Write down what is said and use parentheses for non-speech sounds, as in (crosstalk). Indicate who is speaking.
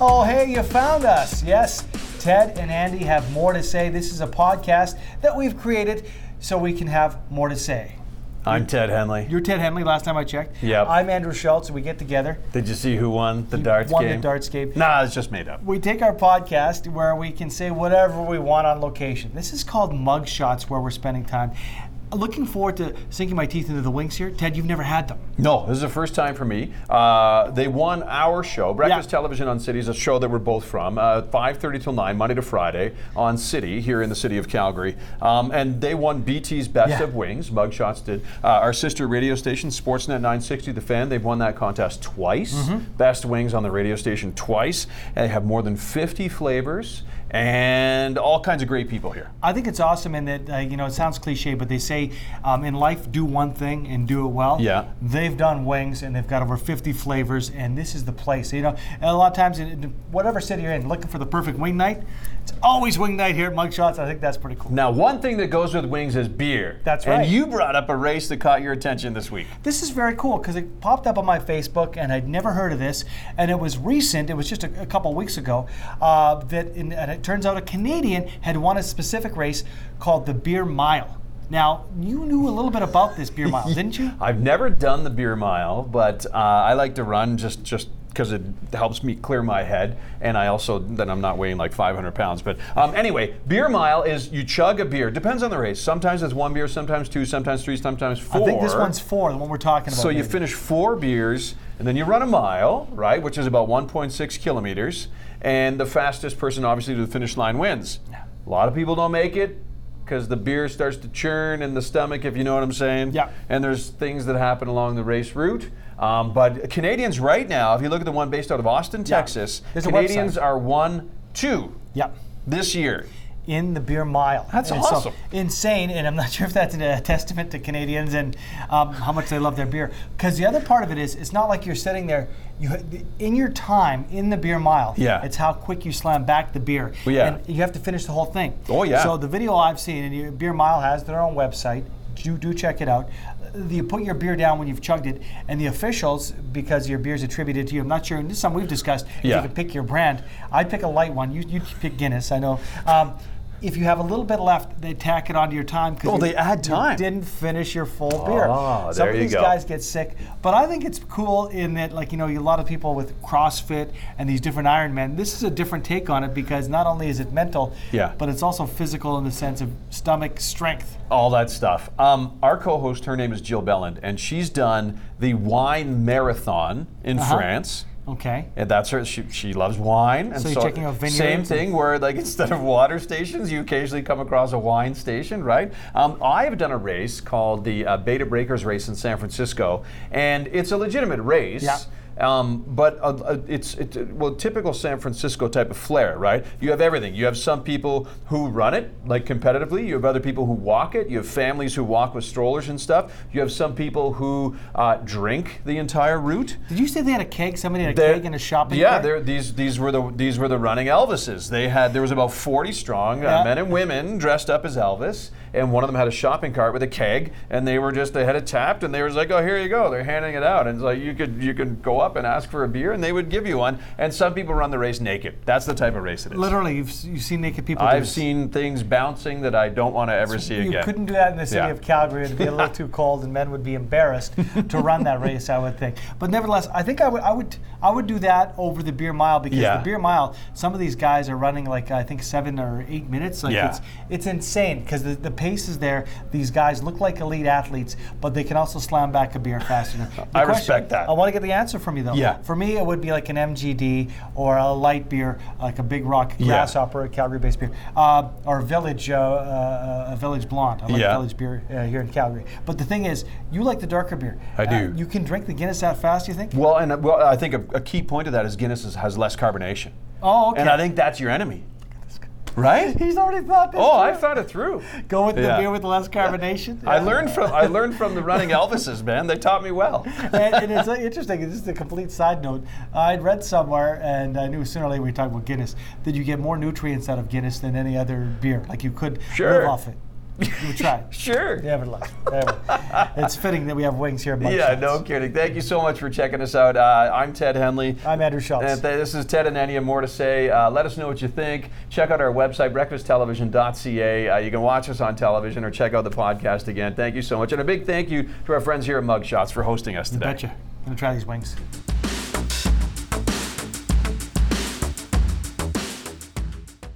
Speaker 1: Oh, hey, you found us. Yes, Ted and Andy have more to say. This is a podcast that we've created so we can have more to say.
Speaker 2: I'm Ted Henley.
Speaker 1: You're Ted Henley, last time I checked.
Speaker 2: Yep.
Speaker 1: I'm Andrew Schultz, and we get together.
Speaker 2: Did you see who won the darts
Speaker 1: won the
Speaker 2: game?
Speaker 1: darts game.
Speaker 2: Nah, it's just made up.
Speaker 1: We take our podcast where we can say whatever we want on location. This is called mug shots, where we're spending time. Looking forward to sinking my teeth into the wings here. Ted, you've never had them.
Speaker 2: No, this is the first time for me. Uh, they won our show, Breakfast
Speaker 1: Yeah.
Speaker 2: Television on City, is a show that we're both from, uh, 5.30 till 9, Monday to Friday, on City, here in the city of Calgary. Um, and they won BT's Best
Speaker 1: Yeah.
Speaker 2: of Wings, Mugshots did. Uh, our sister radio station, Sportsnet 960, The Fan, they've won that contest twice.
Speaker 1: Mm-hmm.
Speaker 2: Best Wings on the radio station twice. And they have more than 50 flavors and all kinds of great people here.
Speaker 1: I think it's awesome in that, uh, you know, it sounds cliche, but they say um, in life, do one thing and do it well.
Speaker 2: Yeah.
Speaker 1: They've done wings and they've got over 50 flavors, and this is the place. You know, and a lot of times, in in whatever city you're in, looking for the perfect wing night, it's always wing night here at Mug Shots. I think that's pretty cool.
Speaker 2: Now, one thing that goes with wings is beer.
Speaker 1: That's right.
Speaker 2: And you brought up a race that caught your attention this week.
Speaker 1: This is very cool because it popped up on my Facebook and I'd never heard of this. And it was recent, it was just a, a couple weeks ago, uh, that in, and it turns out a Canadian had won a specific race called the Beer Mile. Now, you knew a little bit about this Beer
Speaker 2: (laughs)
Speaker 1: Mile, didn't you?
Speaker 2: I've never done the beer mile, but uh, I like to run just just because it helps me clear my head, and I also then I'm not weighing like 500 pounds. But um, anyway, beer mile is you chug a beer. Depends on the race. Sometimes it's one beer, sometimes two, sometimes three, sometimes four.
Speaker 1: I think this one's four, the one we're talking about.
Speaker 2: So you
Speaker 1: maybe.
Speaker 2: finish four beers, and then you run a mile, right, which is about 1.6 kilometers, and the fastest person, obviously, to the finish line wins. A lot of people don't make it because the beer starts to churn in the stomach, if you know what I'm saying.
Speaker 1: Yeah.
Speaker 2: And there's things that happen along the race route. Um, but Canadians right now, if you look at the one based out of Austin, Texas,
Speaker 1: There's a
Speaker 2: Canadians
Speaker 1: website.
Speaker 2: are one, two
Speaker 1: Yep.
Speaker 2: this year.
Speaker 1: in the beer mile.
Speaker 2: That's
Speaker 1: And so
Speaker 2: awesome.
Speaker 1: insane, and I'm not (laughs) sure if that's a testament to Canadians and um, how much they love their beer. Because the other part of it is, it's not like you're sitting there. You in your time in the beer mile.
Speaker 2: Yeah.
Speaker 1: It's how quick you slam back the beer.
Speaker 2: Well, yeah.
Speaker 1: And you have to finish the whole thing.
Speaker 2: Oh, yeah.
Speaker 1: So the video I've seen, and your Beer Mile has their own website. Do, do check it out. You put your beer down when you've chugged it, and the officials, because your beer's attributed to you, I'm not sure, and this is something we've discussed, if
Speaker 2: Yeah.
Speaker 1: you could pick your brand. I'd pick a light one. You, you'd pick Guinness, I know. Um, if you have a little bit left, they tack it onto your time because
Speaker 2: Oh, they add time.
Speaker 1: didn't finish your full beer.
Speaker 2: Ah,
Speaker 1: Some
Speaker 2: there
Speaker 1: of
Speaker 2: you
Speaker 1: these
Speaker 2: go.
Speaker 1: guys get sick, but I think it's cool in that, like you know, a lot of people with CrossFit and these different Ironmen. This is a different take on it because not only is it mental,
Speaker 2: Yeah.
Speaker 1: but it's also physical in the sense of stomach strength.
Speaker 2: all that stuff. Um, our co-host, her name is Jill Belland, and she's done the wine marathon in
Speaker 1: Uh-huh.
Speaker 2: France.
Speaker 1: Okay.
Speaker 2: And that's her. She, she loves wine. And
Speaker 1: So you're checking out vineyards
Speaker 2: Same
Speaker 1: and-
Speaker 2: thing, where like (laughs) instead of water stations, you occasionally come across a wine station, right? Um, I've done a race called the uh, Beta Breakers race in San Francisco, and it's a legitimate race.
Speaker 1: Yeah.
Speaker 2: Um, but uh, uh, it's it, uh, well typical San Francisco type of flair, right? You have everything. You have some people who run it like competitively. You have other people who walk it. You have families who walk with strollers and stuff. You have some people who uh, drink the entire route.
Speaker 1: Did you say they had a keg? Somebody had a
Speaker 2: They're-
Speaker 1: keg in a shopping
Speaker 2: yeah,
Speaker 1: cart?
Speaker 2: they're- these these were the these were the running Elvises. They had there was about forty strong uh,
Speaker 1: Yeah.
Speaker 2: men and women dressed up as Elvis, and one of them had a shopping cart with a keg, and they were just they had it tapped, and they was like, oh here you go, they're handing it out, and it's like you could you could go up and ask for a beer, and they would give you one, and some people run the race naked. That's the type of race it is.
Speaker 1: Literally, you've, you've seen naked people. do
Speaker 2: I've
Speaker 1: this.
Speaker 2: seen things bouncing that I don't want to ever see
Speaker 1: You
Speaker 2: again.
Speaker 1: couldn't do that in the city
Speaker 2: Yeah.
Speaker 1: of Calgary. It'd be a little too cold, and men would be embarrassed to run that race. I would think. But nevertheless, I think I would, I would, I would do that over the beer mile because
Speaker 2: Yeah.
Speaker 1: the beer mile. Some of these guys are running like I think seven or eight minutes. Like
Speaker 2: Yeah.
Speaker 1: it's it's insane because the, the pace is there. These guys look like elite athletes, but they can also slam back a beer faster. The
Speaker 2: (laughs) I respect that.
Speaker 1: I want to get the answer from you though.
Speaker 2: Yeah.
Speaker 1: For me, it would be like an MGD or a light beer, like a Big Rock
Speaker 2: Yeah.
Speaker 1: Grasshopper, a Calgary-based beer, uh, or Village, uh, uh, a Village Blonde. I like
Speaker 2: Yeah.
Speaker 1: Village beer uh, here in Calgary. But the thing is, you like the darker beer.
Speaker 2: I
Speaker 1: Uh,
Speaker 2: do.
Speaker 1: you can drink the Guinness that fast. You think?
Speaker 2: Well, and uh, well, I think a, a key point of that is Guinness is, has less carbonation,
Speaker 1: Oh, okay.
Speaker 2: and I think that's your enemy, right?
Speaker 1: He's already thought this.
Speaker 2: Oh, I
Speaker 1: through.
Speaker 2: thought it through.
Speaker 1: Go with
Speaker 2: Yeah.
Speaker 1: the beer with less carbonation.
Speaker 2: I
Speaker 1: Yeah.
Speaker 2: learned from I learned from the running Elvises, man. They taught me well.
Speaker 1: (laughs) and, and it's uh, interesting. This is a complete side note. I'd read somewhere, and I knew sooner or later we were talking about Guinness, that you get more nutrients out of Guinness than any other beer. Like you could
Speaker 2: Sure.
Speaker 1: live off it. You would
Speaker 2: (laughs)
Speaker 1: try.
Speaker 2: Sure.
Speaker 1: Nevertheless, never. it's fitting that we have wings here. at Mug
Speaker 2: Yeah,
Speaker 1: Shots.
Speaker 2: no kidding. Thank you so much for checking us out. Uh, I'm Ted Henley.
Speaker 1: I'm Andrew Schultz.
Speaker 2: And th- this is Ted and Annie. More to say. Uh, let us know what you think. Check out our website, breakfasttelevision.ca. Uh, you can watch us on television or check out the podcast again. Thank you so much. And a big thank you to our friends here at Mugshots for hosting us today.
Speaker 1: Betcha. Gonna try these wings.